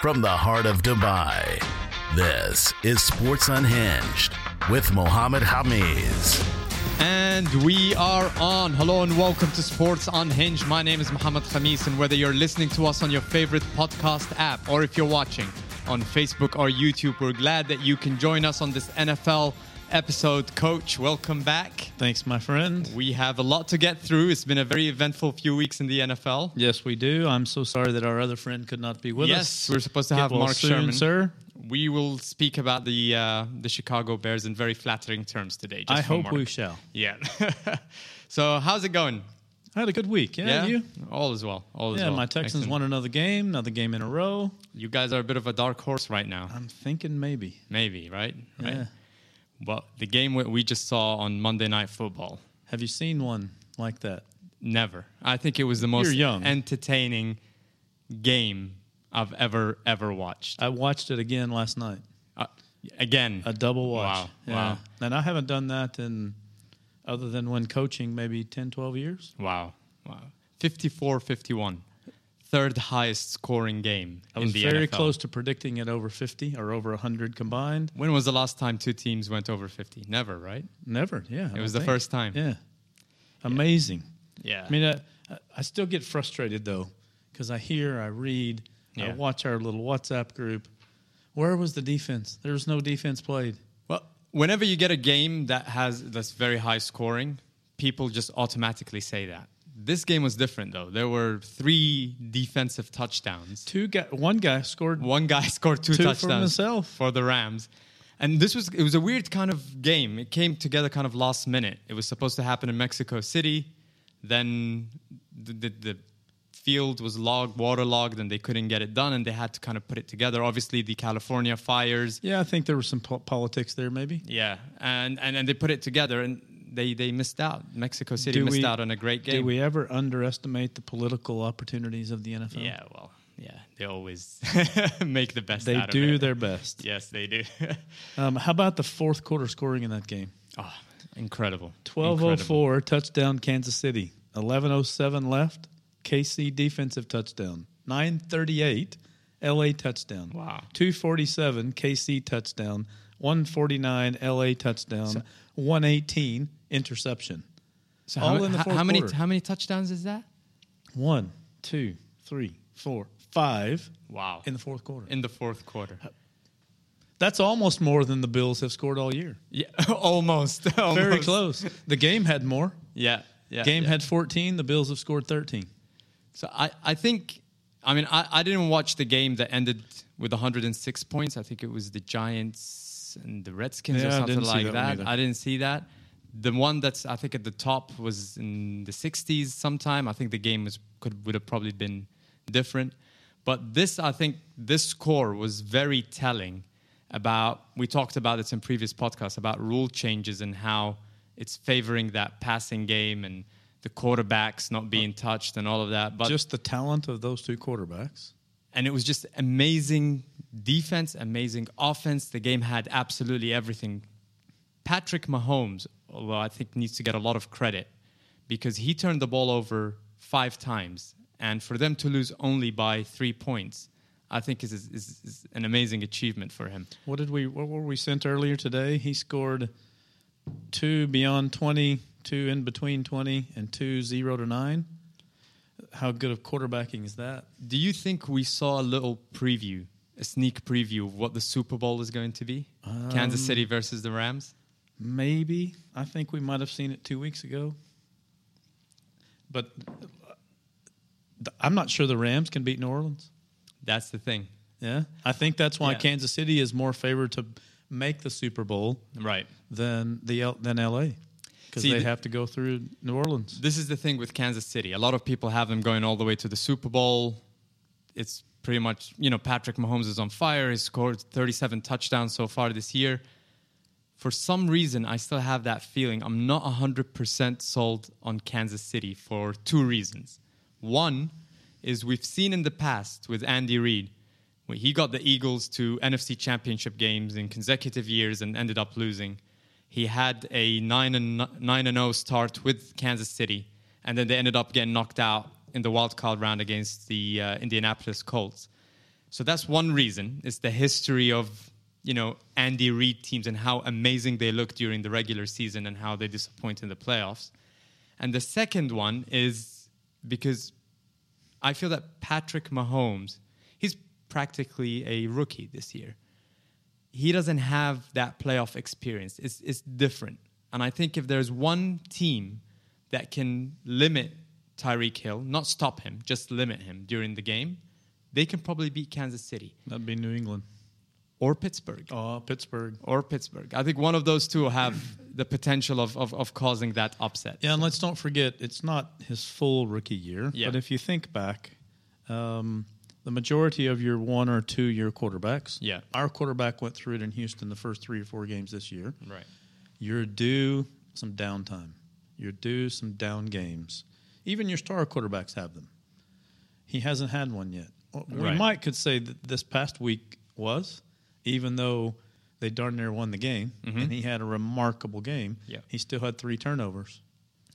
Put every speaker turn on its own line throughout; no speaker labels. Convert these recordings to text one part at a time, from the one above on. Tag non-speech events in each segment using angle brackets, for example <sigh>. From the heart of Dubai, this is Sports Unhinged with Mohammed Hamiz.
And we are on. Hello and welcome to Sports Unhinged. My name is Mohammed Khamis, and whether you're listening to us on your favorite podcast app or if you're watching on Facebook or YouTube, we're glad that you can join us on this NFL episode. Coach, welcome back.
Thanks, my friend.
We have a lot to get through. It's been a very eventful few weeks in the NFL.
Yes, we do. I'm so sorry that our other friend could not be with
yes,
us.
we're supposed to
Get
have
well
Mark
soon,
Sherman.
sir.
We will speak about the uh, the Chicago Bears in very flattering terms today. Just
I
for
hope
Mark.
we shall.
Yeah. <laughs> so how's it going?
I had a good week. Yeah, you?
all is well. All is
Yeah,
well.
my Texans
Excellent.
won another game, another game in a row.
You guys are a bit of a dark horse right now.
I'm thinking maybe.
Maybe right? Right.
Yeah.
Well, the game we- we just saw on Monday Night Football.
Have you seen one like that?
Never. I think it was the most
You're young.
entertaining game I've ever ever watched.
I watched it again last night.
Uh, again,
A double watch.
Wow.
Yeah.
Wow.
And I haven't done that in other than when coaching maybe 10, 12 years.
Wow. Wow. 54-51. Third highest scoring game
I was
in the
very
NFL.
close to predicting it over 50 or over 100 combined.
When was the last time two teams went over 50? Never, right?
Never. Yeah.
It was the first time.
Yeah. Amazing.
Yeah.
I mean, I, I- I still get frustrated though, because I hear, I read,
Yeah.
I watch our little WhatsApp group. Where was the defense? There was no defense played.
well, whenever you get a game that has that's very high scoring, people just automatically say that. This game was different though. There were 3 defensive touchdowns.
Two guy, one guy scored.
One guy <laughs> scored two,
Two for
touchdowns
himself.
for the Rams. And this was it was a weird kind of game. It came together kind of last minute. It was supposed to happen in Mexico City. Then the, the, the field was logged, waterlogged, and they couldn't get it done. And they had to kind of put it together. Obviously, the California fires.
Yeah, I think there was some po- politics there, maybe.
Yeah, and, and and they put it together, and they they missed out. Mexico City missed out on a great game.
Do we ever underestimate the political opportunities of the NFL?
Yeah, well, yeah, they
<laughs>
always <laughs> make the best.
They
out of
do
it.
their best.
Yes, they do. <laughs>
Um, how about the fourth quarter scoring in that game?
Oh, incredible. Incredible.
1204 touchdown Kansas City. 1107 left. KC defensive touchdown. 938 LA touchdown.
Wow.
247 KC touchdown. 149 LA touchdown. 118 interception.
So
All
how,
in the
how-
fourth
how many
quarter.
how many touchdowns is that?
One, two, three, four, five
Wow.
in the Uh, fourth quarter.
in the fourth quarter.
That's almost more than the Bills have scored all year.
<laughs> Yeah, <laughs> almost, almost.
Very close. The game had more.
Yeah, yeah.
game
yeah.
had 14. The Bills have scored 13.
So I, I think, I mean, I, I didn't watch the game that ended with 106 points. I think it was the Giants and the Redskins or
Yeah, I
something
didn't see
like
that one
that.
either.
I didn't see that. The one that's I think at the top was in the 60s sometime. I think the game was could would have probably been different, but this I think this score was very telling about. We talked about this in previous podcasts about rule changes and how it's favoring that passing game and the quarterbacks not being touched and all of that. But
Just the talent of those two quarterbacks.
and it was just amazing defense, amazing offense. The game had absolutely everything. Patrick Mahomes, although I think needs to get a lot of credit because he turned the ball over five times, and for them to lose only by three points, I think is, is, is an amazing achievement for him.
What did we? What were we sent earlier today? He scored two beyond twenty, two in between twenty, and two zero to nine. How good of quarterbacking is that?
Do you think we saw a little preview, a sneak preview of what the Super Bowl is going to be? Kansas City versus the Rams.
Maybe I think we might have seen it two weeks ago, but th- I'm not sure the Rams can beat New Orleans.
That's the thing,
Yeah, I think that's why
Yeah.
Kansas City is more favored to make the Super Bowl
right?
than the L- than L.A. because
See,
they
th-
have to go through New Orleans.
This is the thing with Kansas City. A lot of people have them going all the way to the Super Bowl. It's pretty much, you know, Patrick Mahomes is on fire. He's scored 37 touchdowns so far this year. For some reason, I still have that feeling. I'm not 100% sold on Kansas City for two reasons. One is we've seen in the past with Andy Reid, when he got the Eagles to NFC championship games in consecutive years and ended up losing. He had a 9 and 9 and 0 start with Kansas City and then they ended up getting knocked out in the wild card round against the uh, Indianapolis Colts. So that's one reason. It's the history of you know Andy Reid teams and how amazing they look during the regular season and how they disappoint in the playoffs. And the second one is because I feel that Patrick Mahomes, he's practically a rookie this year. He doesn't have that playoff experience. It's it's different. And I think if there's one team that can limit Tyreek Hill, not stop him, just limit him during the game, they can probably beat Kansas City
That'd be New England.
or Pittsburgh.
Oh, Pittsburgh.
Or Pittsburgh. I think one of those two have the potential of, of, of causing that upset.
Yeah, and let's not forget, it's not his full rookie year.
Yeah.
But if you think back, um, the majority of your one or two year quarterbacks,
Yeah.
our quarterback went through it in Houston the first three or four games this year.
Right.
You're due some downtime. You're due some down games. Even your star quarterbacks have them. He hasn't had one yet. Well,
Right.
We might could say that this past week was, even though they darn near won the game and he had a remarkable game.
Mm-hmm. Yeah.
He still had three turnovers.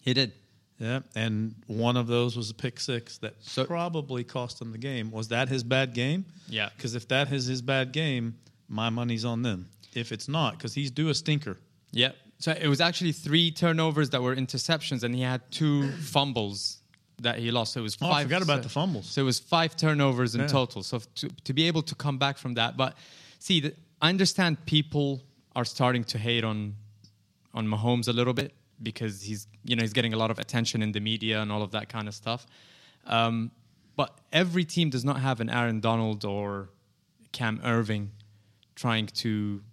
He did.
Yeah, and one of those was a pick six that
So-
probably cost him the game. Was that his bad game?
Yeah.
Because if that is his bad game, my money's on them. If it's not, because he's due a stinker.
Yeah. So it was actually three turnovers that were interceptions, and he had two fumbles that he lost. So it was
Oh, I
five.
forgot about
so-
the fumbles.
So it was five turnovers in
Yeah.
total. So to, to be able to come back from that, but see, the, I understand people are starting to hate on on Mahomes a little bit because he's you know he's getting a lot of attention in the media and all of that kind of stuff. Um, but every team does not have an Aaron Donald or Cam Irving trying to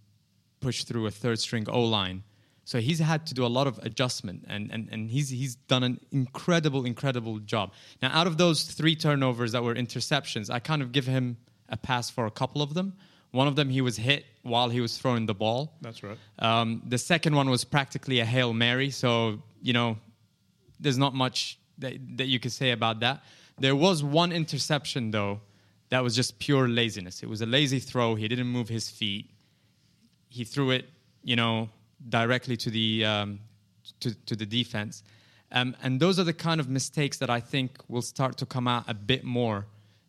push through a third string O line. So he's had to do a lot of adjustment and, and, and he's he's done an incredible, incredible job. Now out of those three turnovers that were interceptions, I kind of give him a pass for a couple of them. One of them he was hit while he was throwing the ball.
That's right.
Um, the second one was practically a Hail Mary, so you know, there's not much that, that you could say about that. There was one interception though that was just pure laziness. It was a lazy throw. He didn't move his feet. He threw it, you know, directly to the um, to, to the defense. Um, and those are the kind of mistakes that I think will start to come out a bit more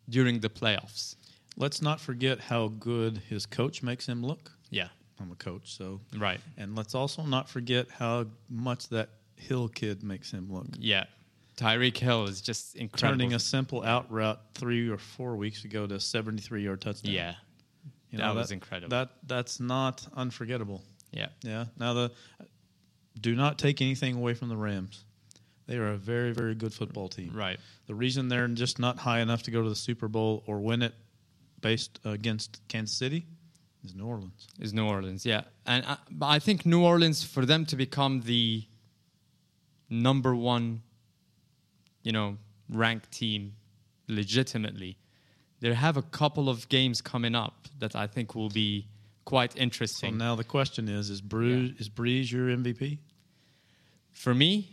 during the playoffs.
Let's not forget how good his coach makes him look.
Yeah.
I'm a coach, so
Right.
And let's also not forget how much that Hill kid makes him look.
Yeah. Tyreek Hill is just incredible.
Turning a simple out route three or four weeks ago to a 73 yard touchdown.
Yeah.
You
That was incredible.
That that's not unforgettable.
Yeah.
Yeah. Now the do not take anything away from the Rams. They are a very very good football team.
Right.
The reason they're just not high enough to go to the Super Bowl or win it based against Kansas City is New Orleans.
Is New Orleans, yeah, and I, but I think New Orleans for them to become the number one, you know, ranked team, legitimately, they have a couple of games coming up that I think will be quite
So
interesting.
now the question is is Brew is Breeze your MVP
for me,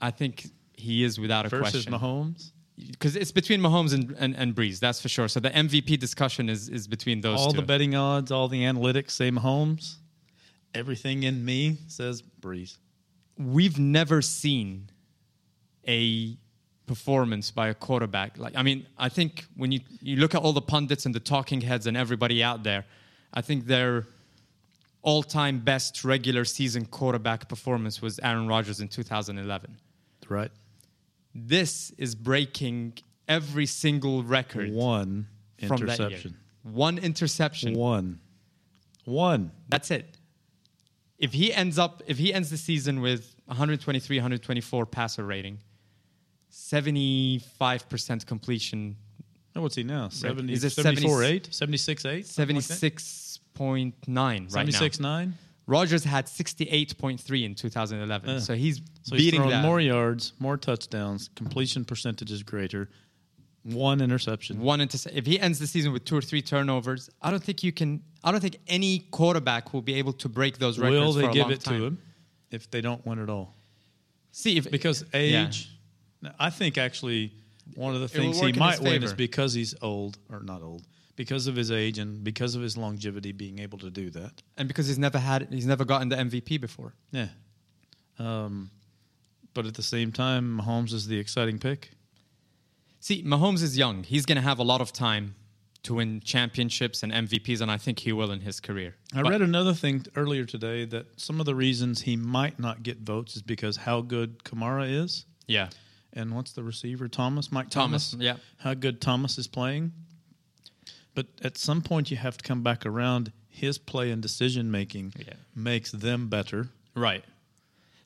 I think he is without a
versus
question.
Mahomes?
because it's between Mahomes and, and and Breeze, that's for sure. So the MVP discussion is is between those
all
two.
the betting odds, all the analytics say Mahomes. Everything in me says Breeze.
we've never seen a performance by a quarterback like i mean i think when you, you look at all the pundits and the talking heads and everybody out there i think their all-time best regular season quarterback performance was aaron rodgers in 2011
Right.
this is breaking every single record
One
from
interception.
that year. one interception
One. One.
That's it. If he ends up, if he ends the season with 123, 124 passer rating, 75% completion,
Oh, what's he now? 70,
Is it
74 8? 76 8?
76.9 right
76
now.
9?
Rogers had 68.3 in 2011,
Yeah.
so he's
Uh, So he's
beating
throwing
that.
more yards, more touchdowns, completion percentage is greater, one interception.
one interse- if he ends the season with two or three turnovers, I don't think you can. I don't think any quarterback will be able to break those records.
Will
for
they
a
give
long
it
time.
to him if they don't win at all?
See, if,
Because
Yeah.
age, no, I think actually one of the
will
things
work
he
in his
might win
favor.
is because he's old, or not old, because of his age and because of his longevity being able to do that.
and because he's never had, he's never gotten the MVP before.
Yeah. Um, but at the same time, Mahomes is the exciting pick.
See, Mahomes is young. He's going to have a lot of time to win championships and MVPs, and I think he will in his career.
I
But-
read another thing t- earlier today that some of the reasons he might not get votes is because how good Kamara is,
yeah,
and what's the receiver Thomas, Mike
Thomas,
Thomas,
yeah.
how good Thomas is playing. But at some point, you have to come back around. His play and decision making
Yeah.
makes them better.
Right.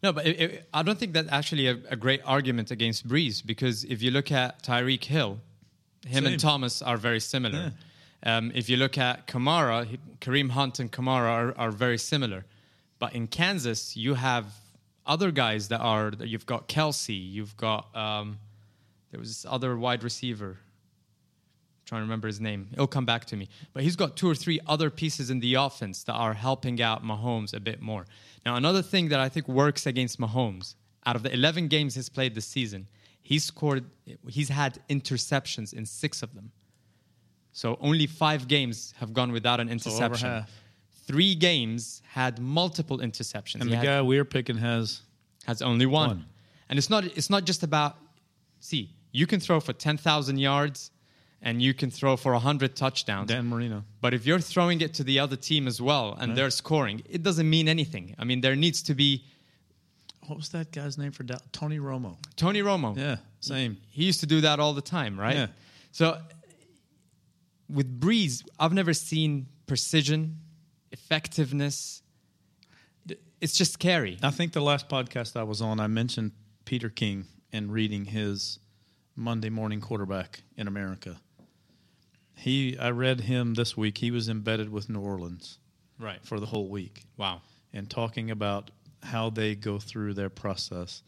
No, but it, it, I don't think that's actually a, a great argument against Breeze because if you look at Tyreek Hill, him
Same.
and Thomas are very similar. Um, if you look at Kamara, he- Kareem Hunt and Kamara are, are very similar. But in Kansas, you have other guys that are, that you've got Kelsey, you've got, um, there was this other wide receiver. trying to remember his name. It'll come back to me. But he's got two or three other pieces in the offense that are helping out Mahomes a bit more. Now, another thing that I think works against Mahomes, out of the 11 games he's played this season, he's scored he's had interceptions in 6 of them. So only 5 games have gone without an
over
interception.
half.
3 games had multiple interceptions.
And
He
the
had-
guy we're picking has
has only one.
One.
And it's not it's not just about see, you can throw for 10,000 yards and you can throw for 100 touchdowns.
Dan Marino.
But if you're throwing it to the other team as well and they're scoring, it doesn't mean anything. I mean, there needs to be
What was that guy's name for Dal- Tony Romo?
Tony Romo.
Yeah, same.
He used to do that all the time, right?
Yeah.
So with Breeze, I've never seen precision, effectiveness. It's just scary.
I think the last podcast I was on, I mentioned Peter King and reading his Monday morning quarterback in America. He, I read him this week. He was embedded with New Orleans
Right.
for the whole week
Wow.
and talking about how they go through their process.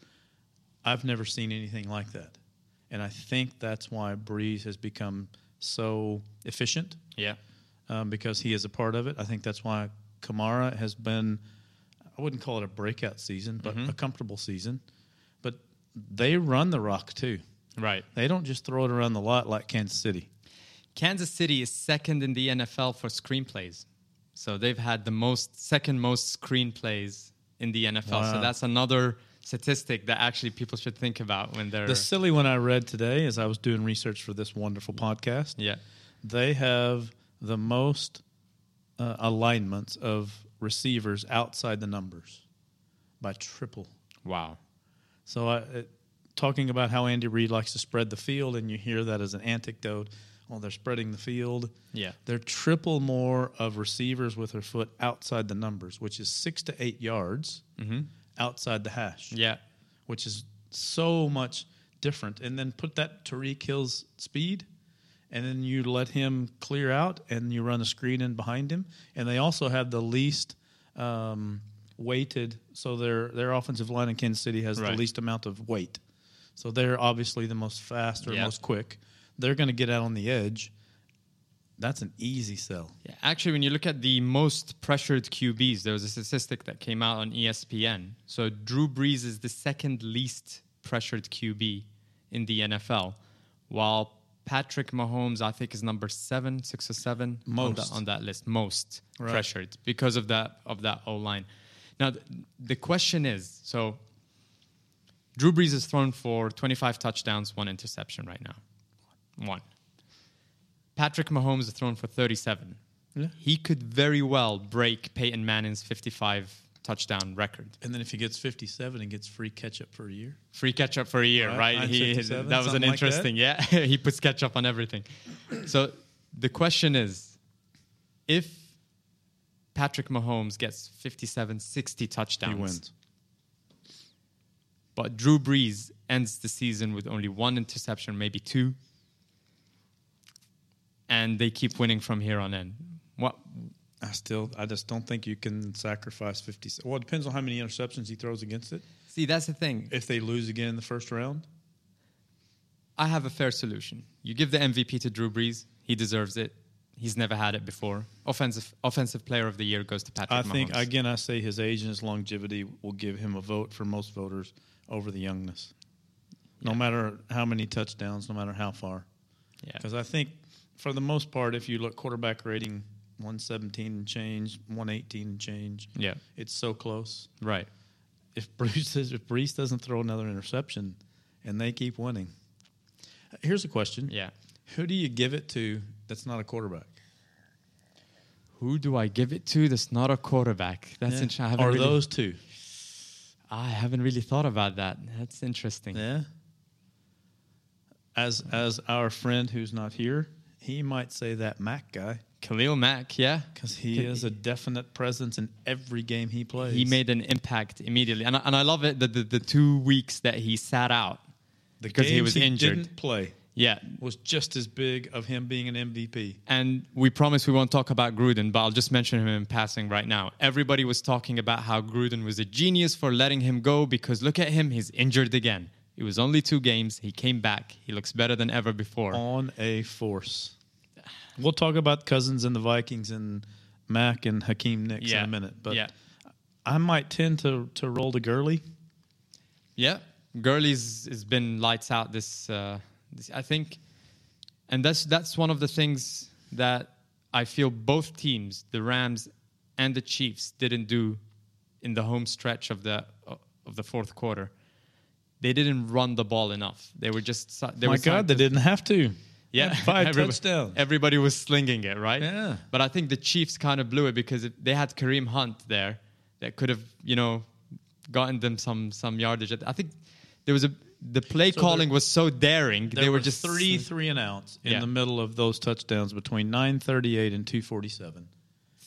I've never seen anything like that, and I think that's why Breeze has become so efficient
Yeah.
um, because he is a part of it. I think that's why Kamara has been, I wouldn't call it a breakout season, but a comfortable season. But they run the rock too.
Right.
They don't just throw it around the lot like Kansas City.
Kansas City is second in the NFL for screenplays. So they've had the most second most screenplays in the NFL. So
Wow.
that's another statistic that actually people should think about when they're
The silly one I read today as I was doing research for this wonderful podcast.
yeah.
They have the most uh, alignments of receivers outside the numbers by triple.
Wow.
So, I, it, talking about how Andy Reid likes to spread the field, and you hear that as an anecdote. Oh, they're spreading the field.
Yeah.
They're triple more of receivers with their foot outside the numbers, which is six to eight yards outside the hash,
Yeah.
which is so much different. And then put that Tariq Hill's speed, and then you let him clear out, and you run a screen in behind him. And they also have the least um, weighted, so their their offensive line in Kansas City has
Right.
the least amount of weight. So they're obviously the most fast or
Yeah.
most quick. They're going to get out on the edge. That's an easy sell.
Yeah, actually, when you look at the most pressured QBs, there was a statistic that came out on E ESPN. So Drew Brees is the second least pressured QB in the NFL, while Patrick Mahomes, I think, is number seven, six or seven on,
Most.
that, on that list, most pressured because of that of that O line. Now, th- the question is, so Drew Brees is thrown for 25 touchdowns, one interception right now, one. Patrick Mahomes is thrown for 37. He could very well break Peyton Manning's 55 touchdown record.
And then if he gets 57 and gets free ketchup for a year.
Free ketchup for a year,
Right,
right? He,
957,
that was an
something like that.
interesting, yeah. <laughs> he puts ketchup on everything. So the question is if Patrick Mahomes gets 57, 60 touchdowns,
He wins.
but Drew Brees ends the season with only one interception, maybe two, and they keep winning from here on in. What?
I still, I just don't think you can sacrifice 50. Well, it depends on how many interceptions he throws against it.
See, that's the thing.
If they lose again in the first round,
I have a fair solution. You give the MVP to Drew Brees. He deserves it. He's never had it before. Offensive Offensive Player of the Year goes to Patrick
I
Mahomes.
think, again, I say his age and his longevity will give him a vote for most voters over the youngness. No matter how many touchdowns, no matter how far.
yeah.
Because I think, for the most part, if you look quarterback rating, 117 and change, 118 and change,
yeah,
it's so close.
right.
if Bruce is, if Brees doesn't throw another interception and they keep winning. Here's a question.
Yeah.
Who do you give it to That's not a quarterback.
Who do I give it to? That's not a quarterback. That's
Yeah.
interesting. I haven't
Are
really,
those two?
I haven't really thought about that. That's interesting.
Yeah. As as our friend who's not here, he might say that Mac guy
Khalil Mack, yeah,
because he is a definite presence in every game he plays.
he made an impact immediately, and I, and I love it that the, the two weeks that he sat out
the
because he
games
was injured.
Didn't play
Yeah,
was just as big of him being an MVP.
and we promise we won't talk about Gruden, but I'll just mention him in passing right now. Everybody was talking about how Gruden was a genius for letting him go because look at him, he's injured again. It was only two games. He came back. He looks better than ever before.
on a force. We'll talk about Cousins and the Vikings and Mac and Hakeem Nicks
Yeah.
in a minute, but
yeah,
I might tend to to roll to Gurley.
yeah. Gurley's has been lights out. This, uh, this, I think, and that's that's one of the things that I feel both teams, the Rams and the Chiefs, didn't do in the home stretch of the of the fourth quarter. They didn't run the ball enough. They were just si- they
My
were
God, they
scientists-
didn't have to.
<laughs> yeah,
<laughs> five
everybody-
touchdowns.
Everybody was slinging it, right?
Yeah.
But I think the Chiefs kind of blew it because if they had Kareem Hunt there, that could have you know gotten them some some yardage. I think there was a the play
So
calling
there-
was so daring.
There
They were just
three three and outs in
Yeah.
the middle of those touchdowns between nine thirty eight and two forty seven.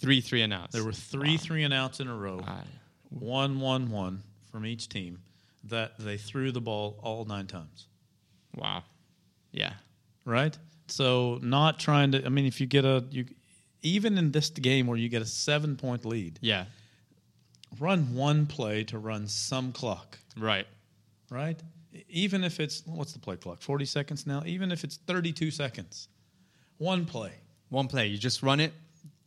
three three and outs.
There were three three and outs in a row,
Ah,
one one one from each team. That they threw the ball all nine times.
wow, yeah,
right? So not trying to. I mean, if you get a you, even in this game where you get a seven point lead,
yeah,
run one play to run some clock,
right,
right? Even if it's what's the play clock? Forty seconds now. Even if it's thirty two seconds, one play,
one play. You just run it,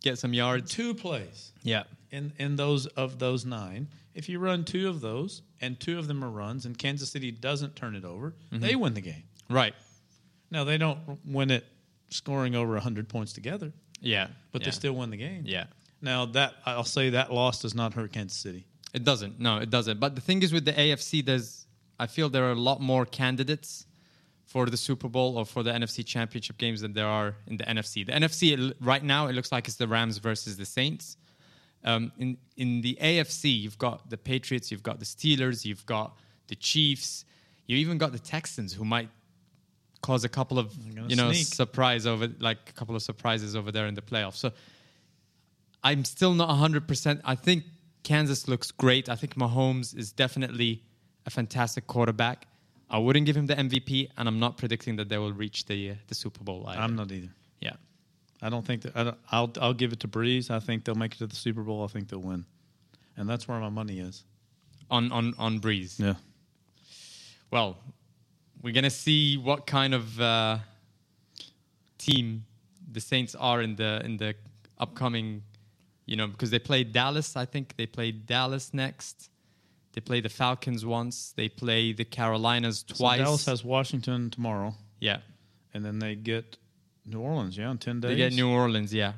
get some yards.
two plays
Yeah,
in in those of those nine. If you run two of those and two of them are runs, and Kansas City doesn't turn it over,
Mm-hmm.
they win the game.
right.
Now they don't win it scoring over hundred points together,
Yeah,
but
yeah.
they still win the game.
yeah.
Now that I'll say that loss does not hurt Kansas City.
It doesn't. No, it doesn't. But the thing is with the AFC, there's I feel there are a lot more candidates for the Super Bowl or for the NFC Championship games than there are in the NFC. The NFC it l- right now it looks like it's the Rams versus the Saints. Um, in in the AFC, you've got the Patriots, you've got the Steelers, you've got the Chiefs, you even got the Texans who might cause a couple of
gonna
you know
sneak.
surprise over like a couple of surprises over there in the playoffs. So I'm still not 100%. I think Kansas looks great. I think Mahomes is definitely a fantastic quarterback. I wouldn't give him the MVP, and I'm not predicting that they will reach the uh, the Super Bowl. Either.
I'm not either.
yeah.
I don't think that I don't, I'll I'll give it to Breeze. I think they'll make it to the Super Bowl. I think they'll win, and that's where my money is.
On on on Breeze.
Yeah,
Well, we're gonna see what kind of uh, team the Saints are in the in the upcoming, you know, because they play Dallas. I think they play Dallas next. They play the Falcons once. They play the Carolinas
so
twice.
Dallas has Washington tomorrow,
yeah.
and then they get New Orleans. Yeah, in ten days.
They get New Orleans, yeah.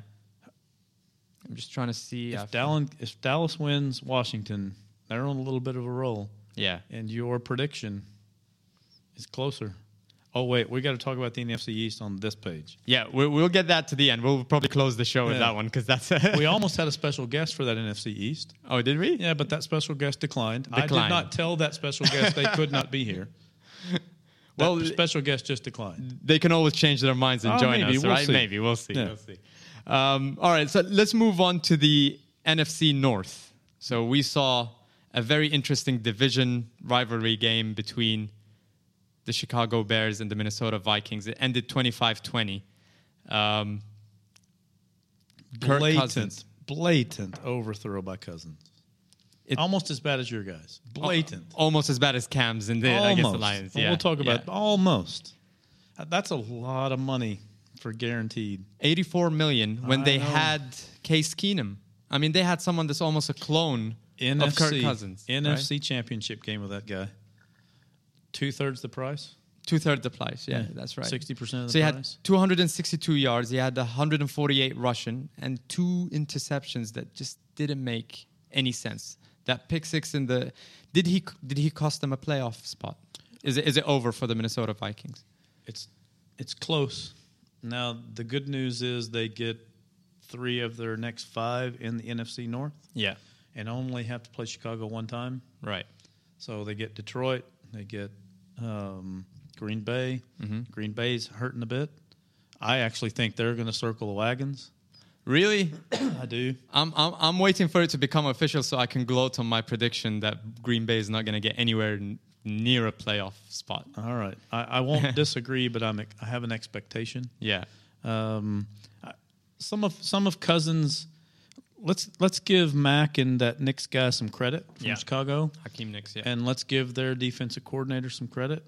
I'm just trying to see.
If
I've-
Dallas if Dallas wins Washington, they're on a little bit of a roll,
yeah,
and your prediction is closer. Oh wait, we got to talk about the NFC East on this page.
yeah, we, we'll get that to the end. We'll probably close the show with
Yeah.
that one because that's.
<laughs> We almost had a special guest for that NFC East.
oh, did we?
Yeah, but that special guest declined. I did
Declined.
not tell that special guest they could not be
<laughs>
here.
Well,
Well, that special guest just declined.
<laughs> they can always change their minds and
Oh,
join
maybe.
us,
We'll
right?
see.
Maybe we'll see.
Yeah.
We'll see. Um, all right, so let's move on to the NFC North. So we saw a very interesting division rivalry game between the Chicago Bears and the Minnesota Vikings. It ended 25-20. Um, Kirk
blatant,
Cousins.
blatant overthrow by Cousins.
It-
almost as bad as your guys. Blatant.
almost as bad as Cam's in the against the Lions.
And
Yeah,
We'll talk about
yeah.
almost. Uh, That's a lot of money for guaranteed.
84 million when
I
they
know.
had Case Keenum. I mean, they had someone that's almost a clone
NFC
of Kirk Cousins.
NFC championship game with that guy. Two thirds the price.
Two thirds the price. Yeah, that's right.
60% of the
So he had
price.
262 yards. He had 148 Russian and two interceptions that just didn't make any sense. That pick six in the did he did he cost them a playoff spot? Is it is it over for the Minnesota Vikings?
It's it's close. Now the good news is they get three of their next five in the NFC North,
Yeah.
and only have to play Chicago one time.
Right.
So they get Detroit, they get um, Green Bay.
Mm-hmm.
Green Bay's hurting a bit. I actually think they're going to circle the wagons.
Really?
I do.
I'm, I'm I'm waiting for it to become official so I can gloat on my prediction that Green Bay is not going to get anywhere n- near a playoff spot.
All right. I,
<laughs>
I won't disagree, but I'm I have an expectation.
Yeah.
Um, I- some of some of Cousins. Let's let's give Mac and that Knicks guy some credit from
Yeah.
Chicago,
Hakeem Nicks, yeah.
and let's give their defensive coordinator some credit.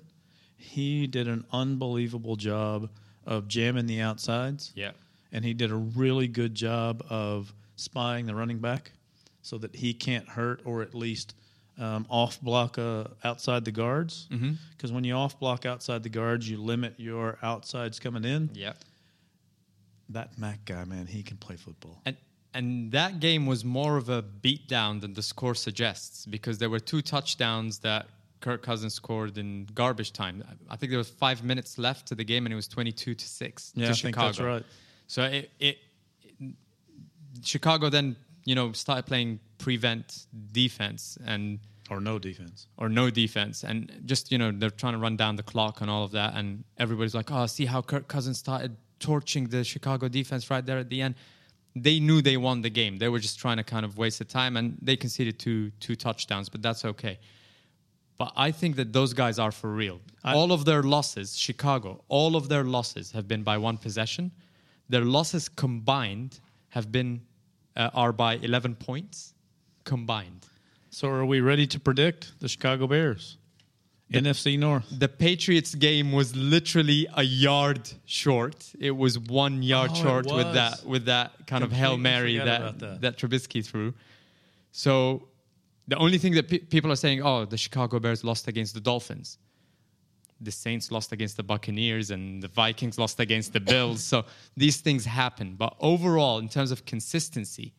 He did an unbelievable job of jamming the outsides.
yeah.
and he did a really good job of spying the running back so that he can't hurt or at least um, off block uh, outside the guards. Because
Mm-hmm.
when you off block outside the guards, you limit your outsides coming in.
Yeah.
That Mac guy, man, he can play football.
And and that game was more of a beatdown than the score suggests because there were two touchdowns that Kirk Cousins scored in garbage time. I- I think there was five minutes left to the game and it was 22 to six
Yeah,
to
I think
Chicago.
that's right.
So it, it, Chicago then you know started playing prevent defense and
Or no defense.
or no defense and just you know they're trying to run down the clock and all of that and everybody's like oh see how Kirk Cousins started torching the Chicago defense right there at the end they knew they won the game they were just trying to kind of waste the time and they conceded two two touchdowns but that's okay but I think that those guys are for real all of their losses Chicago all of their losses have been by one possession their losses combined have been uh, are by 11 points combined
So are we ready to predict the Chicago Bears? NFC North.
the Patriots game was literally a yard short. It was one yard
Oh, it
short with
was.
that with that kind of hail
Completely
mary
forgot
that,
about
that
that.
Trubisky threw. So the only thing that pe- people are saying, oh, the Chicago Bears lost against the Dolphins. The Saints lost against the Buccaneers and the Vikings lost against the Bills. so these things happen. But overall, in terms of consistency,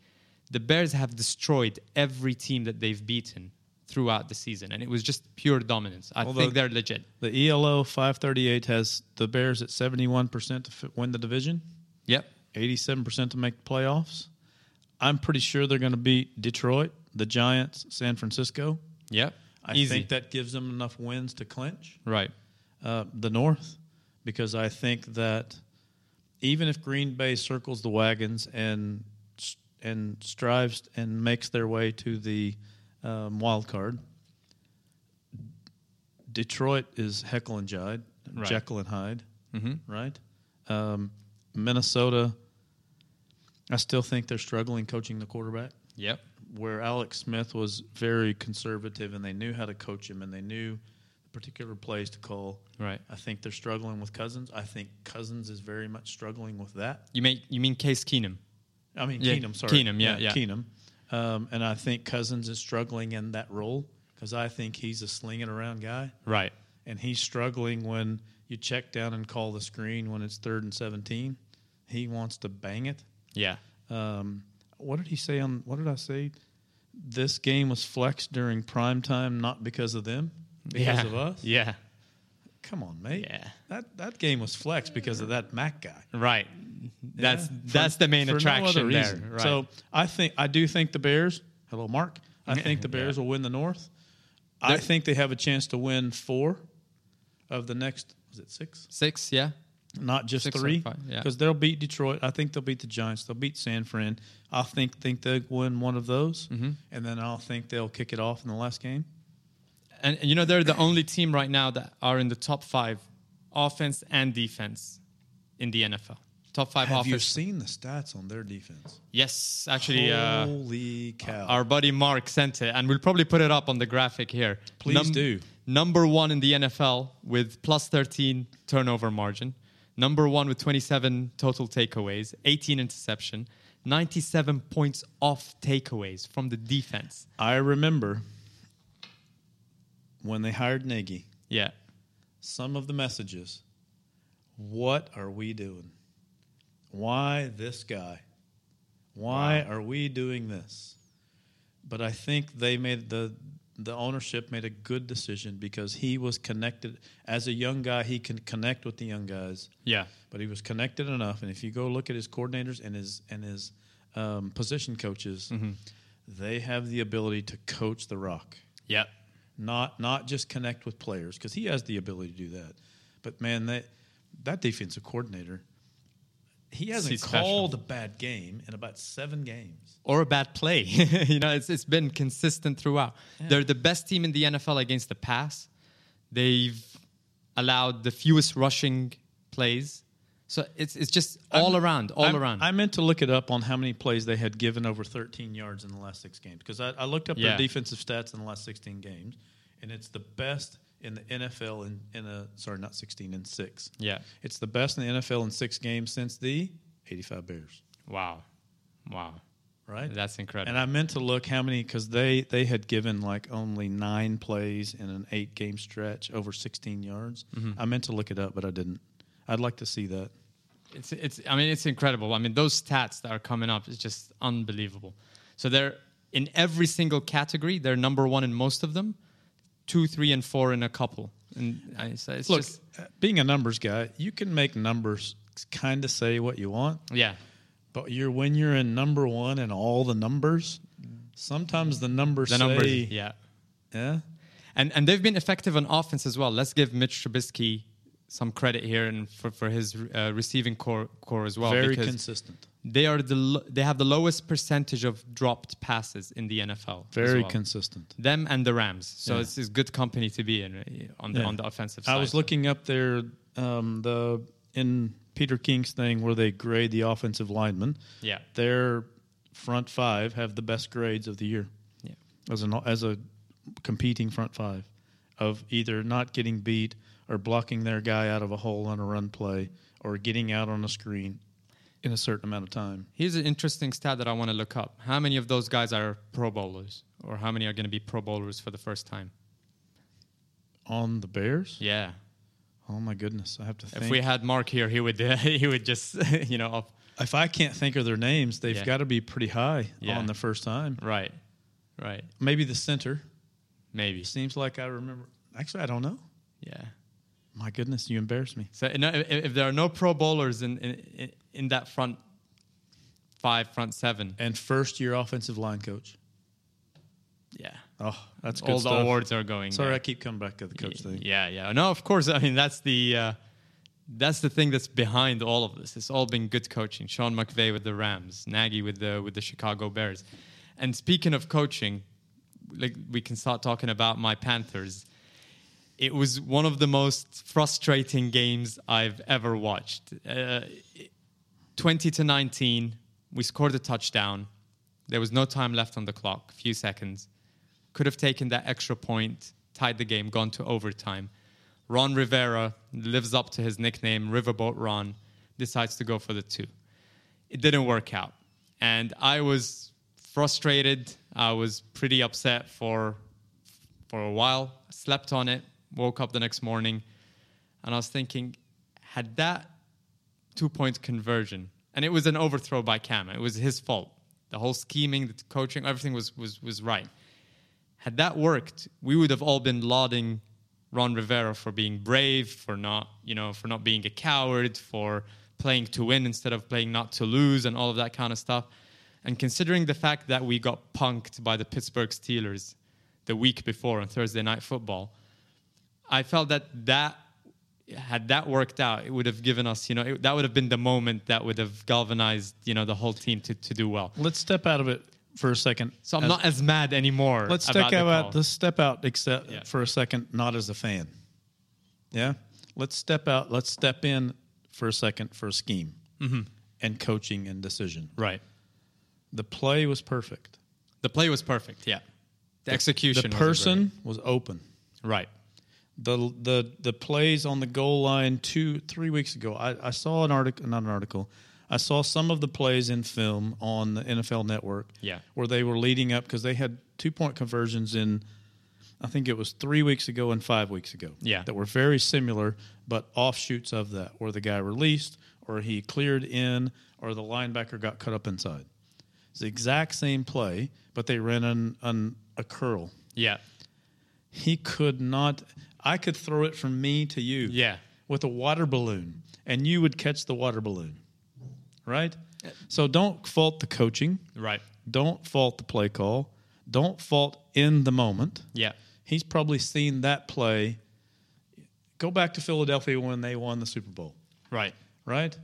the Bears have destroyed every team that they've beaten throughout the season. And it was just pure dominance. I
Although-
think they're legit.
The E ELO 538 has the Bears at 71% to f- win the division.
Yep.
87% to make the playoffs. I'm pretty sure they're going to beat Detroit, the Giants, San Francisco.
Yep.
I
Easy.
think that gives them enough wins to clinch
right.
uh, the North because I think that even if Green Bay circles the wagons and and strives and makes their way to the um, wild card, Detroit is Heckle and Jide,
Right.
Jekyll and Hyde, right? Um, Minnesota, I still think they're struggling coaching the quarterback
Yep.
where Alex Smith was very conservative and they knew how to coach him and they knew the particular plays to call.
Right.
I think they're struggling with Cousins. I think Cousins is very much struggling with that.
You mean you mean Case Keenum?
I mean,
Yeah,
Keenum, sorry.
Keenum, yeah, yeah.
Keenum. Um, and I think Cousins is struggling in that role because I think he's a slinging around guy
Right.
and he's struggling when you check down and call the screen when it's third and 17. He wants to bang it.
Yeah.
um, what did he say on what did I say? This game was flexed during prime time, not because of them, because
yeah.
of us.
Yeah.
Come on, mate.
Yeah.
That that game was flexed because of that Mac guy.
Right. That's
Yeah.
that's
For-
the main
for no
attraction
other
there.
reason.
Right.
So I think I do think the Bears. Hello, Mark. I think the
Yeah.
Bears will win the North. I
They're-
think they have a chance to win four of the next. Was it six?
six, yeah.
not just
Six or
three,
five, yeah.
because they'll beat Detroit. I think they'll beat the Giants. They'll beat San Fran. I think think they'll win one of those,
Mm-hmm.
and then I'll think they'll kick it off in the last game.
And, and you know they're the only team right now that are in the top 5 offense and defense in the NFL. Top 5
Have you
offense.
seen the stats on their defense?
yes, actually uh,
Holy cow!
our buddy Mark sent it and we'll probably put it up on the graphic here.
Please do.
Number 1 in the NFL with plus 13 turnover margin. Number 1 with 27 total takeaways, 18 interception, 97 points off takeaways from the defense.
I remember when they hired Nagy.
Yeah.
Some of the messages. What are we doing? Why this guy? Why are we doing this? But I think they made the the ownership made a good decision because he was connected as a young guy. He can connect with the young guys,
Yeah.
but he was connected enough. And if you go look at his coordinators and his and his um, position coaches, they have the ability to coach the rock
Yeah.
not not just connect with players because he has the ability to do that. But man, that that defensive coordinator, he hasn't
He's special.
called a bad game in about seven games.
Or a bad play. <laughs> you know, it's, it's been consistent throughout. They're the best team in the NFL against the pass. They've allowed the fewest rushing plays. So it's, it's just all
I'm-
around, all
I'm-
around.
I meant to look it up on how many plays they had given over 13 yards in the last six games because I, I looked up
Yeah.
their defensive stats in the last 16 games, and it's the best in the NFL in, in a sorry not 16 in six.
Yeah.
it's the best in the NFL in six games since the 85 Bears.
wow. Wow.
Right,
That's incredible.
And I meant to look how many because they they had given like only nine plays in an eight game stretch over 16 yards.
Mm-hmm.
I meant to look it up, but I didn't. I'd like to see that.
It's it's I mean it's incredible. I mean those stats that are coming up is just unbelievable. So they're in every single category. They're number one in most of them, two, three, and four in a couple. And I, so it's
Look,
just
uh, being a numbers guy, you can make numbers kind of say what you want,
yeah,
but you're when you're in number one and all the numbers, sometimes the numbers
the
say,
numbers yeah,
yeah,
and and they've been effective on offense as well. Let's give Mitch Trubisky some credit here and for for his uh, receiving core core as well.
very
because
consistent,
They are the lo- they have the lowest percentage of dropped passes in the NFL. as
very
well.
consistent.
them and the Rams. So it's, it's good company to be in uh, on the
Yeah.
on the offensive side.
I was looking up there um, the in Peter King's thing where they grade the offensive linemen.
Yeah.
their front five have the best grades of the year
Yeah.
as an as a competing front five of either not getting beat or blocking their guy out of a hole on a run play or getting out on a screen in a certain amount of time.
Here's an interesting stat that I want to look up. How many of those guys are Pro Bowlers, or how many are going to be Pro Bowlers for the first time?
On the Bears?
Yeah.
Oh my goodness, I have to think.
If we had Mark here, he would <laughs> he would just you know up.
if I can't think of their names, they've
Yeah.
got to be pretty high
Yeah.
on the first time.
right, right,
Maybe the center.
maybe
Seems like I remember. Actually, I don't know.
yeah.
My goodness, you embarrass me.
So you know, if, if there are no Pro Bowlers in in, in that front five, front seven,
And first year offensive line coach.
yeah,
Oh, that's good
all the
stuff.
awards are going.
Sorry,
there.
I keep coming back to the coach thing.
Yeah, yeah. No, of course. I mean, that's the uh, that's the thing that's behind all of this. It's all been good coaching. Sean McVay with the Rams, Nagy with the with the Chicago Bears. And speaking of coaching, like we can start talking about my Panthers. It was one of the most frustrating games I've ever watched. Uh, 20 to 19, we scored a touchdown. There was no time left on the clock, a few seconds could have taken that extra point, tied the game, gone to overtime. Ron Rivera lives up to his nickname, Riverboat Ron, decides to go for the two. It didn't work out. And I was frustrated. I was pretty upset for for a while, slept on it, woke up the next morning, and I was thinking, had that two point conversion. And it was an overthrow by Cam. It was his fault. The whole scheming, the coaching, everything was was was right. Had that worked, we would have all been lauding Ron Rivera for being brave, for not, you know, for not being a coward, for playing to win instead of playing not to lose and all of that kind of stuff. And considering the fact that we got punked by the Pittsburgh Steelers the week before on Thursday night football, I felt that that had that worked out, it would have given us, you know, it, that would have been the moment that would have galvanized, you know, the whole team to, to do well.
Let's step out of it for a second.
So I'm
As-
not as mad anymore.
Let's
about
step
the
out.
call.
Let's step out, except
Yeah.
for a second, not as a fan. Yeah. Let's step out. Let's step in for a second for a scheme and coaching and decision.
Right.
The play was perfect.
The play was perfect. Yeah. The,
The
execution. was
person was open.
great. Right.
the the the plays on the goal line two three weeks ago. I, I saw an article, not an article. I saw some of the plays in film on the NFL Network.
Yeah.
where they were leading up because they had two point conversions in, I think it was three weeks ago and five weeks ago.
Yeah.
that were very similar, but offshoots of that, where the guy released, or he cleared in, or the linebacker got cut up inside. It's the exact same play, but they ran an, an a curl
Yeah.
He could not. I could throw it from me to you.
Yeah.
With a water balloon, and you would catch the water balloon, right? So don't fault the coaching.
Right.
Don't fault the play call. Don't fault in the moment.
Yeah.
He's probably seen that play. Go back to Philadelphia when they won the Super Bowl,
Right.
right?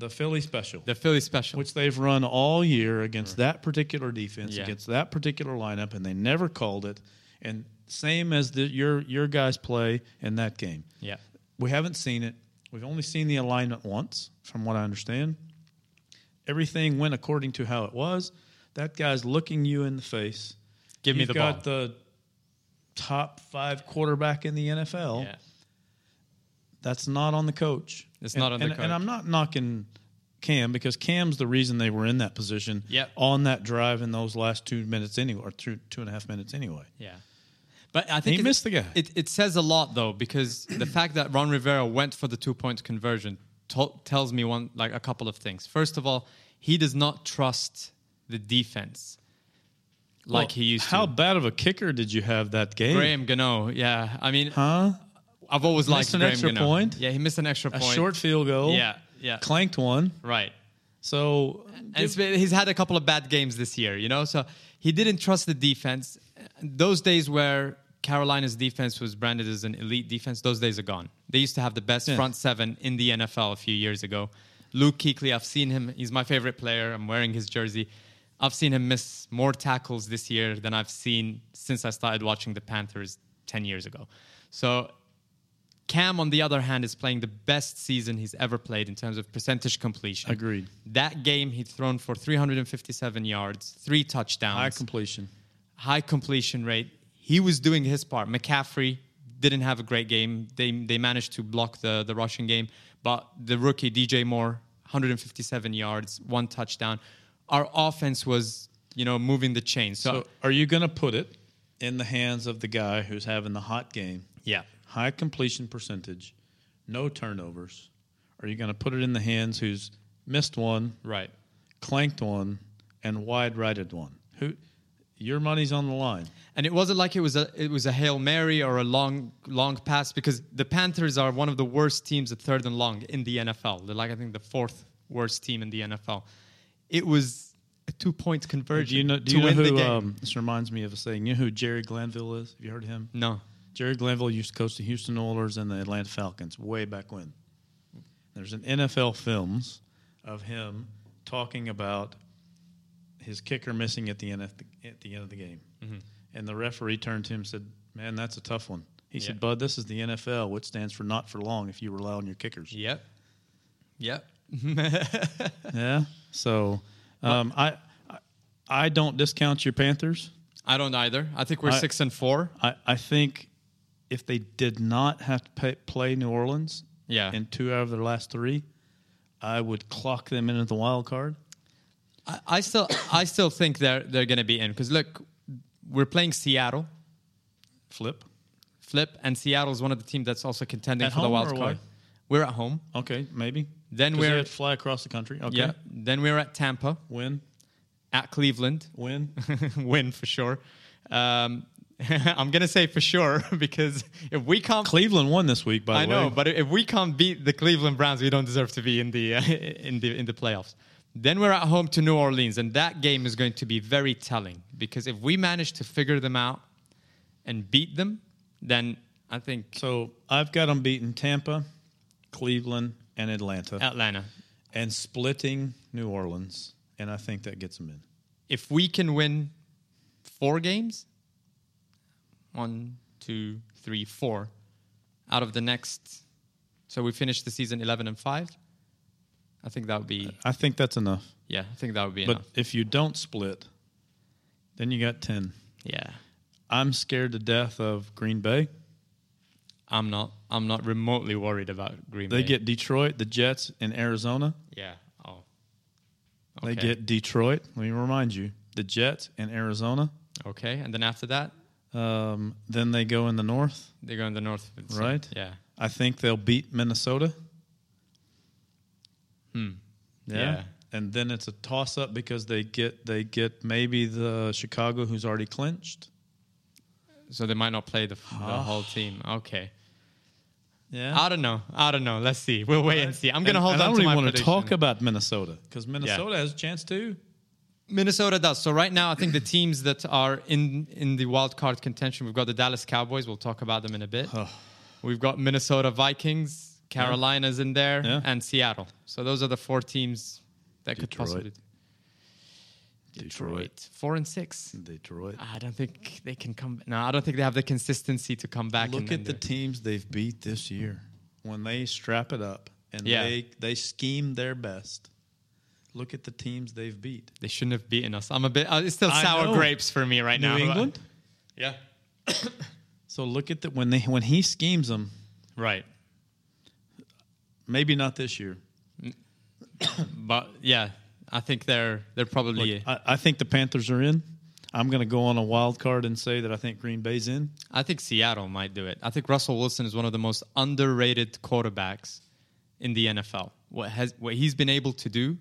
The Philly special
The Philly special.
which they've run all year against that particular defense,
Yeah.
against that particular lineup, and they never called it. And same as the, your your guys play in that game.
yeah.
We haven't seen it. We've only seen the alignment once, from what I understand. Everything went according to how it was. That guy's looking you in the face.
Give me
You've
the
got
ball.
the top five quarterback in the NFL.
yeah.
That's not on the coach.
It's
And-
not on the
and-
coach.
And I'm not knocking Cam because Cam's the reason they were in that position
Yep.
on that drive in those last two minutes anyway, or two two and a half minutes anyway.
Yeah. But I think
He missed the guy.
It, it says a lot though because the fact that Ron Rivera went for the two point conversion to- tells me one like a couple of things. First of all, he does not trust the defense like
Well,
he used
Oh, How
to.
bad of a kicker did you have that game?
Graham Gano, yeah. I mean,
Huh?
I've always liked
missed an
Graham
extra
Gano.
point?
Yeah, he missed an extra
A
point.
short field goal.
Yeah, yeah.
Clanked one.
right.
So
And it's been- he's had a couple of bad games this year, you know. So he didn't trust the defense. Those days where Carolina's defense was branded as an elite defense, those days are gone. They used to have the best
Yeah.
front seven in the NFL a few years ago. Luke Kuechly, I've seen him. He's my favorite player. I'm wearing his jersey. I've seen him miss more tackles this year than I've seen since I started watching the Panthers 10 years ago. So Cam, on the other hand, is playing the best season he's ever played in terms of percentage completion.
Agreed.
That game, he'd thrown for 357 yards, three touchdowns,
high completion.
high completion rate. He was doing his part. McCaffrey didn't have a great game. They they managed to block the the rushing game, but the rookie DJ Moore, 157 yards, one touchdown. Our offense was, you know, moving the chain. So,
So are you going to put it in the hands of the guy who's having the hot game?
yeah,
high completion percentage, no turnovers. Are you going to put it in the hands who's missed one,
right.
clanked one, and wide righted one? Who your money's on the line.
And it wasn't like it was a it was a hail mary or a long long pass because the Panthers are one of the worst teams at third and long in the NFL. They're like I think the fourth worst team in the NFL. It was a two point conversion
Do you know, do
to
you know
win the
who
game.
um, this reminds me of a saying? You know who Jerry Glanville is? Have you heard of him?
no,
Jerry Glanville used to coach the Houston Oilers and the Atlanta Falcons way back when. There's an NFL films of him talking about his kicker missing at the end of the, at the end of the game, and the referee turned to him and said, "Man, that's a tough one." He
Yeah.
said, "Bud, this is the NFL, which stands for not for long if you rely on your kickers."
yep, yep,
Yeah. So, um, I, I I don't discount your Panthers.
I don't either. I think we're
I-
six and four.
I, I think if they did not have to pay, play New Orleans
Yeah.
in two out of their last three, I would clock them into the wild card.
I, I still I still think they're they're gonna be in because look, we're playing Seattle,
Flip.
flip, and Seattle's one of the teams that's also contending
At
for the
home
wild
or
card.
away?
We're at home.
Okay, maybe.
Then
'Cause
we're-
they would fly across the country. Okay.
Yeah. Then we're at Tampa,
Win.
at Cleveland, <laughs>
Win.
win for sure. Um, <laughs> I'm gonna say for sure <laughs> because if we can't,
Cleveland won this week, by
I
the way.
know, but if we can't beat the Cleveland Browns, we don't deserve to be in the uh, <laughs> in the in the playoffs. Then we're at home to New Orleans, and that game is going to be very telling because if we manage to figure them out and beat them, then I think
so I've got them beating Tampa, Cleveland, and Atlanta,
Atlanta.
and splitting New Orleans, and I think that gets them in.
If we can win four games, one, two, three, four, out of the next, so we finish the season eleven and five. I think that would be
I think that's enough.
yeah. I think that would be
But
enough.
if you don't split, then you got ten.
Yeah,
I'm scared to death of Green Bay.
I'm not. I'm not remotely worried about Green
They
Bay.
get Detroit, the Jets, and Arizona.
yeah. Oh,
They get Detroit. Let me remind you, the Jets and Arizona.
okay, and then after that
Um, then they go in the North.
they go in the north. So,
Right.
Yeah.
I think they'll beat Minnesota. Hmm. Yeah.
Yeah.
And then it's a toss up because they get they get maybe the Chicago who's already clinched.
so they might not play the, the
Ah.
whole team. Okay,
Yeah.
I don't know. I don't know. Let's see. We'll wait and see. I'm gonna
And-
hold
and
on
I don't
to
even
my
wanna
prediction.
talk about Minnesota because Minnesota has a chance too.
Minnesota does. So right now, I think the teams that are in in the wild card contention, we've got the Dallas Cowboys. We'll talk about them in a bit. We've got Minnesota Vikings, Carolina's in there,
Yeah.
and Seattle. So those are the four teams that could
Detroit.
possibly.
Detroit.
Four and six. Ah,
Detroit.
I don't think they can come. No, I don't think they have the consistency to come back.
Look
and-
at
and
the
do it.
teams they've beat this year. When they strap it up and
Yeah.
they they scheme their best. Look at the teams they've beat.
They shouldn't have beaten us. I'm a bit. Uh, it's still
I
sour
know.
grapes for me right now.
New England.
Yeah.
So look at the when they when he schemes them.
Right.
Maybe not this year.
But yeah, I think they're they're
Look,
probably.
I, I think the Panthers are in. I'm going to go on a wild card and say that I think Green Bay's in.
I think Seattle might do it. I think Russell Wilson is one of the most underrated quarterbacks in the NFL. What has what he's been able to do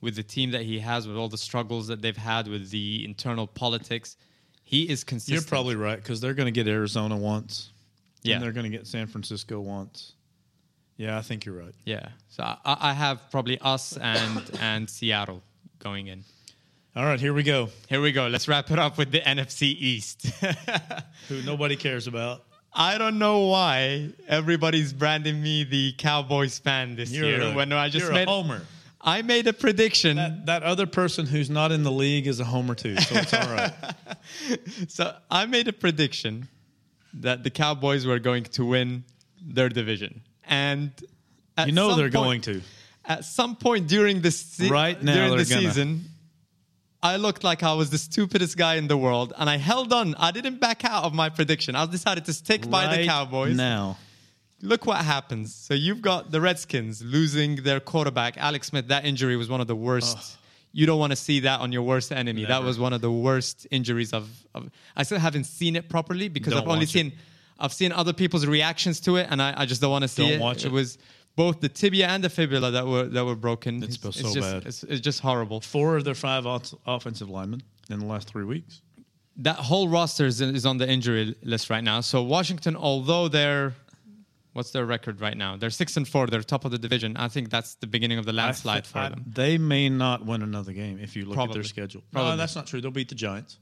with the team that he has, with all the struggles that they've had with the internal politics, he is consistent.
You're probably right because they're going to get Arizona once.
Yeah.
And they're going to get San Francisco once. Yeah, I think you're right.
yeah. So I, I have probably us and and Seattle going in.
All right, here we go.
Here we go. Let's wrap it up with the NFC East. <laughs>
Who nobody cares about.
I don't know why everybody's branding me the Cowboys fan this
You're
year.
a,
when I just
you're
made
a homer.
I made a prediction.
That, that other person who's not in the league is a homer too, so it's all right.
So I made a prediction that the Cowboys were going to win their division, and at
<laughs> You know
some
they're
point-
going to.
At some point during the se-
Right now
during the
they're gonna.
season, I looked like I was the stupidest guy in the world, and I held on. I didn't back out of my prediction. I decided to stick by the
Right
Cowboys.
now.
Look what happens. So you've got the Redskins losing their quarterback, Alex Smith. That injury was one of the worst. You don't want to see that on your worst enemy. That
Never.
was one of the worst injuries of. of I still haven't seen it properly because
Don't
I've only
watch
seen.
it.
I've seen other people's reactions to it, and I, I just don't want to see
Don't
it.
watch it.
was both the tibia and the fibula that were that were broken.
It's so
just,
bad.
It's, it's just horrible.
Four of their five off- offensive linemen in the last three weeks.
That whole roster is, is on the injury list right now. So Washington, although they're what's their record right now? They're six and four. They're top of the division. I think that's the beginning of the
I
landslide
thi-
for
I-
them.
They may not win another game if you look at
Probably.
their schedule.
Probably.
No, that's not true. They'll beat the Giants.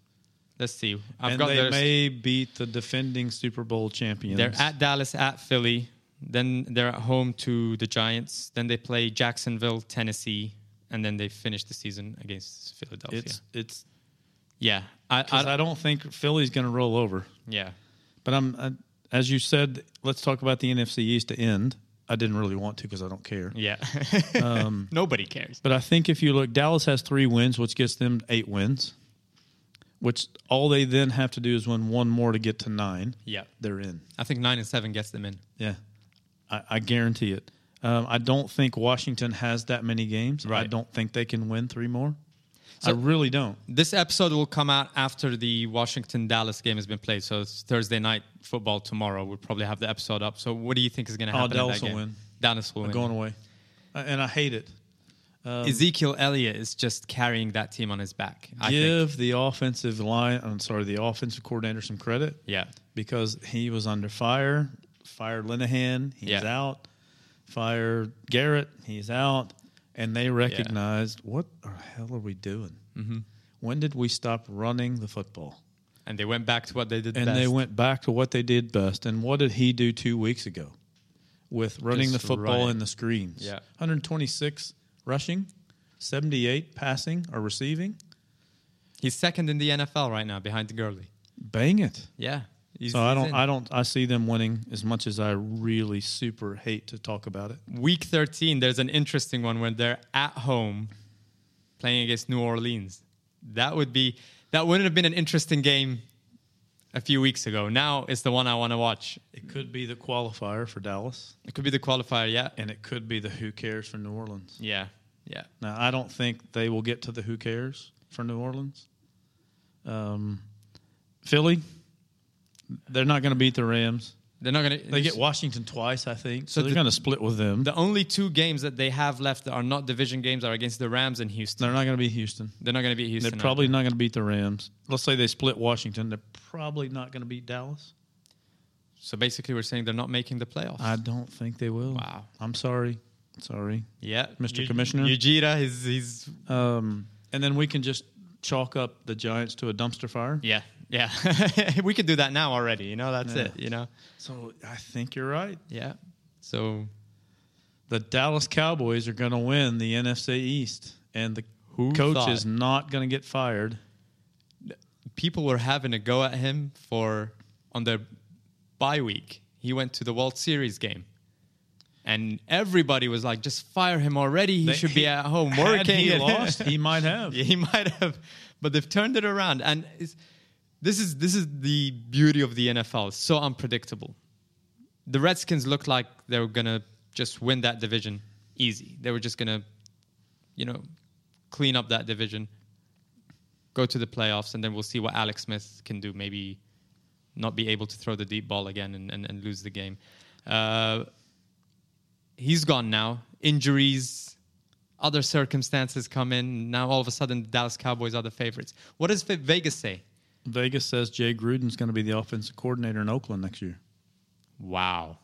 Let's see. I've
and
got
they
their,
may beat the defending Super Bowl champions.
They're at Dallas, at Philly. Then they're at home to the Giants. Then they play Jacksonville, Tennessee, and then they finish the season against Philadelphia.
it's it's
yeah, I,
because
I,
I, don't think Philly's going to roll over.
yeah.
But I'm I, as you said. Let's talk about the NFC East to end. I didn't really want to because I don't care.
Yeah. <laughs>
Um,
Nobody cares.
But I think if you look, Dallas has three wins, which gets them eight wins. Which all they then have to do is win one more to get to nine.
Yeah.
They're in.
I think nine and seven gets them in.
Yeah, I, I guarantee it. Um, I don't think Washington has that many games. I
Right.
don't think they can win three more.
So-
I really don't.
This episode will come out after the Washington Dallas game has been played. So it's Thursday night football tomorrow. We'll probably have the episode up. So what do you think is going to
Oh,
happen? in
Dallas
that
will
game?
win.
Dallas will win.
Going away, Uh, and I hate it.
Ezekiel Elliott is just carrying that team on his back. I think.
Give the offensive line. I'm sorry, the offensive coordinator some credit
Yeah.
because he was under fire. Fired Linehan. He's
Yeah.
out. Fired Garrett. He's out. And they recognized what the hell are we doing? Mm-hmm. When did we stop running the football?
And they went back to what they did
and
best.
they went back to what they did best. And what did he do two weeks ago with running
Just
the football
running.
and the screens?
Yeah.
126 rushing, 78 passing or receiving.
He's second in the NFL right now behind Gurley.
Bang it!
Yeah. He's,
So I
he's
don't,
in.
I don't, I see them winning as much as I really super hate to talk about it.
Week 13, there's an interesting one when they're at home playing against New Orleans. That would be, that wouldn't have been an interesting game a few weeks ago. Now it's the one I want to watch.
It could be the qualifier for Dallas,
It could be the qualifier, yeah?
and it could be the who cares for New Orleans.
Yeah. Yeah.
Now I don't think they will get to the who cares for New Orleans. Um, Philly, they're not going to beat the Rams.
They're not going to.
They get Washington twice, I think. So,
So
they're
the-
going to split with them.
The only two games that they have left that are not division games are against the Rams and Houston.
they're not going to beat Houston.
They're not going to beat Houston.
They're
either.
probably not going to beat the Rams. Let's say they split Washington. They're probably not going to beat Dallas.
So basically, we're saying they're not making the playoffs.
I don't think they will.
Wow.
I'm sorry. Sorry.
yeah,
Mr.
Yu-
Commissioner?
Yujira, he's he's
Um, and then we can just chalk up the Giants to a dumpster fire.
yeah yeah. <laughs> we could do that now already. You know, that's
Yeah.
it. You know,
So I think you're right.
yeah. So
The Dallas Cowboys are going to win the NFC East, and the
Who
coach
thought?
is not going to get fired.
people were having a go at him for on their bye week. He went to the World Series game. And everybody was like, just fire him already. He
They- <laughs>
should be at home
Had
working. <laughs>
he lost, he might have.
Yeah, he might have, but they've turned it around. And it's, this is this is the beauty of the NFL. It's so unpredictable. The Redskins looked like they were gonna just win that division easy. They were just gonna, you know, clean up that division, go to the playoffs, and then we'll see what Alex Smith can do. Maybe not be able to throw the deep ball again and, and, and lose the game. Uh, he's gone now. Injuries, other circumstances come in. Now all of a sudden, the Dallas Cowboys are the favorites. What does Ve- Vegas say?
Vegas says Jay Gruden's going to be the offensive coordinator in Oakland next year.
Wow.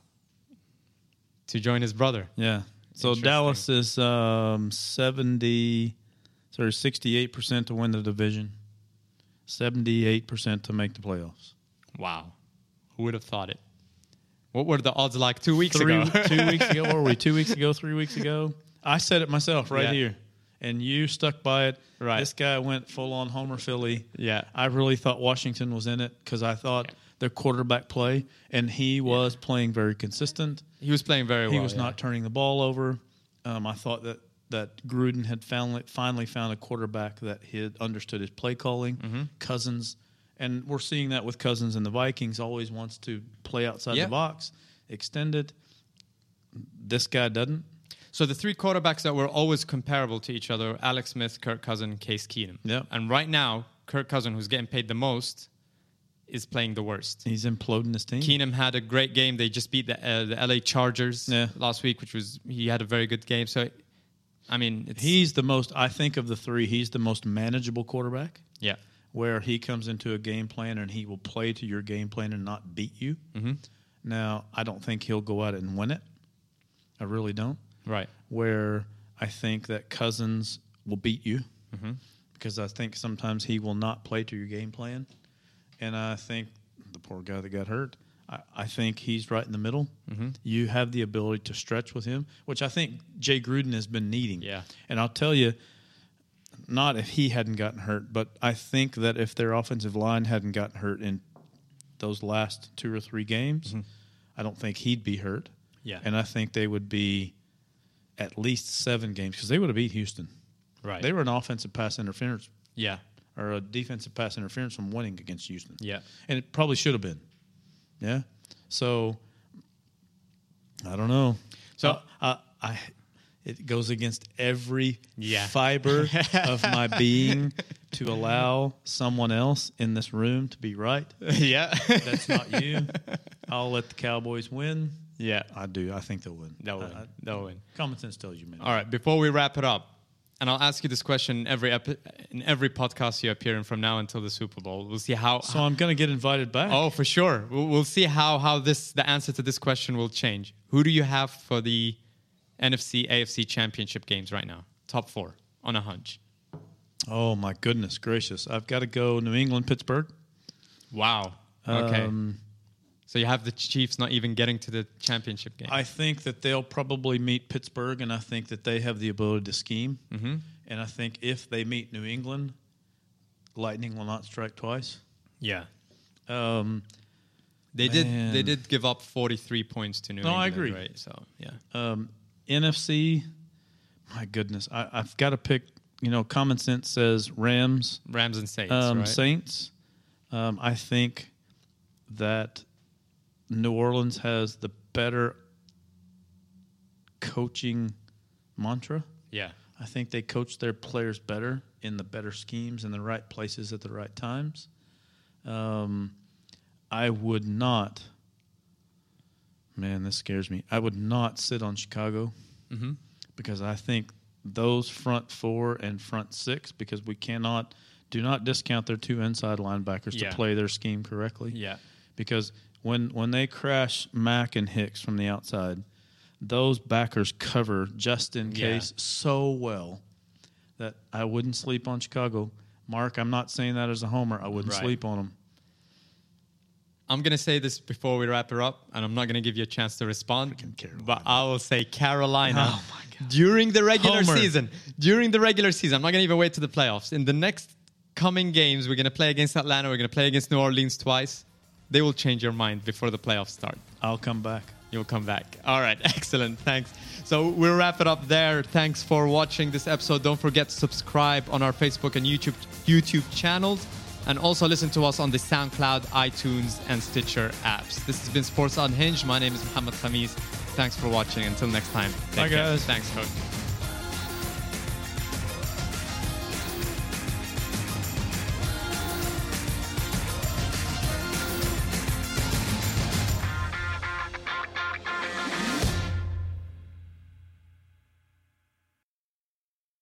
To join his brother.
Yeah. So
Interesting.
Dallas is um, 70, sorry, 68% to win the division, 78% to make the playoffs.
Wow. Who would have thought it? What were the odds like two weeks
three,
ago?
two weeks ago, what were we? Two weeks ago, three weeks ago? I said it myself right
Yeah.
here, and you stuck by it.
Right.
This guy went full on Homer Philly.
<laughs> Yeah. Uh,
I really thought Washington was in it because I thought their quarterback play, and he was playing very consistent.
he was playing very well.
he was
yeah.
not turning the ball over. Um, I thought that that Gruden had finally finally found a quarterback that he had understood his play calling.
Mm-hmm.
Cousins, and we're seeing that with Cousins and the Vikings. Always wants to play outside
Yeah.
the box, extend it. This guy doesn't.
So the three quarterbacks that were always comparable to each other: Alex Smith, Kirk Cousin, Case Keenum.
Yeah.
And right now, Kirk Cousin, who's getting paid the most, is playing the worst.
He's imploding his team.
Keenum had a great game. They just beat the uh, the LA Chargers
Yeah.
last week, which was he had a very good game. So, I mean, it's,
He's the most. I think of the three, he's the most manageable quarterback.
yeah,
where he comes into a game plan and he will play to your game plan and not beat you. Mm-hmm. Now, I don't think he'll go out and win it. I really don't.
right,
Where I think that Cousins will beat you because I think sometimes he will not play to your game plan. And I think the poor guy that got hurt, I, I think he's right in the middle. You have the ability to stretch with him, which I think Jay Gruden has been needing.
Yeah.
And I'll tell you, not if he hadn't gotten hurt, but I think that if their offensive line hadn't gotten hurt in those last two or three games, I don't think he'd be hurt.
Mm-hmm. Yeah.
And I think they would be at least seven games because they would have beat Houston.
right.
They were an offensive pass interference
yeah,
or a defensive pass interference from winning against Houston.
Yeah.
And it probably should have been. Yeah. So I don't know.
So- uh,
I, I, I- it goes against every
Yeah.
fiber
<laughs>
of my being to allow someone else in this room to be right.
<laughs> yeah,
That's not you. I'll let the Cowboys win.
<laughs> yeah. Uh,
I do. I think they'll win.
They'll
I-
win.
I-
They'll win.
common sense tells you, man.
All right. Before we wrap it up, and I'll ask you this question in every epi- in every podcast you appear in from now until the Super Bowl. We'll see how.
So I'm going to get invited back.
<laughs> oh, for sure. We'll, we'll see how how this the answer to this question will change. Who do you have for the NFC AFC Championship games right now? Top four on a hunch.
Oh my goodness gracious! I've got to go New England, Pittsburgh.
Wow. Okay.
Um,
so you have the Chiefs not even getting to the championship game.
I think that they'll probably meet Pittsburgh, and I think that they have the ability to scheme. Mm-hmm. And I think if they meet New England, lightning will not strike twice.
yeah.
Um,
They
Man.
did. They did give up 43 points to New
No,
England.
I agree.
Right. So yeah.
um, NFC, my goodness, I, I've got to pick. You know, common sense says Rams,
Rams and Saints.
um,
right?
Saints. Um, I think that New Orleans has the better coaching mantra.
yeah.
I think they coach their players better in the better schemes in the right places at the right times. Um, I would not Man, this scares me. I would not sit on Chicago
Mm-hmm.
because I think those front four and front six, because we cannot, do not discount their two inside linebackers
Yeah.
to play their scheme correctly.
Yeah.
Because when, when they crash Mack and Hicks from the outside, those backers cover just in
Yeah.
case so well that I wouldn't sleep on Chicago. Mark, I'm not saying that as a homer. I wouldn't
Right.
sleep on them.
I'm gonna say this before we wrap it up, and I'm not gonna give you a chance to respond.
Freaking Carolina.
But I will say Carolina
Oh, my God.
during the regular
Homer.
season. During the regular season, I'm not gonna even wait to the playoffs. In the next coming games, we're gonna play against Atlanta. We're gonna play against New Orleans twice. They will change your mind before the playoffs start.
I'll come back.
You'll come back. All right, <laughs> excellent. Thanks. So we'll wrap it up there. Thanks for watching this episode. Don't forget to subscribe on our Facebook and YouTube YouTube channels, and also listen to us on the SoundCloud, iTunes, and Stitcher apps. This has been Sports Unhinged. My name is Muhammad Khamis. Thanks for watching. Until next time.
Bye,
care.
guys.
Thanks, coach.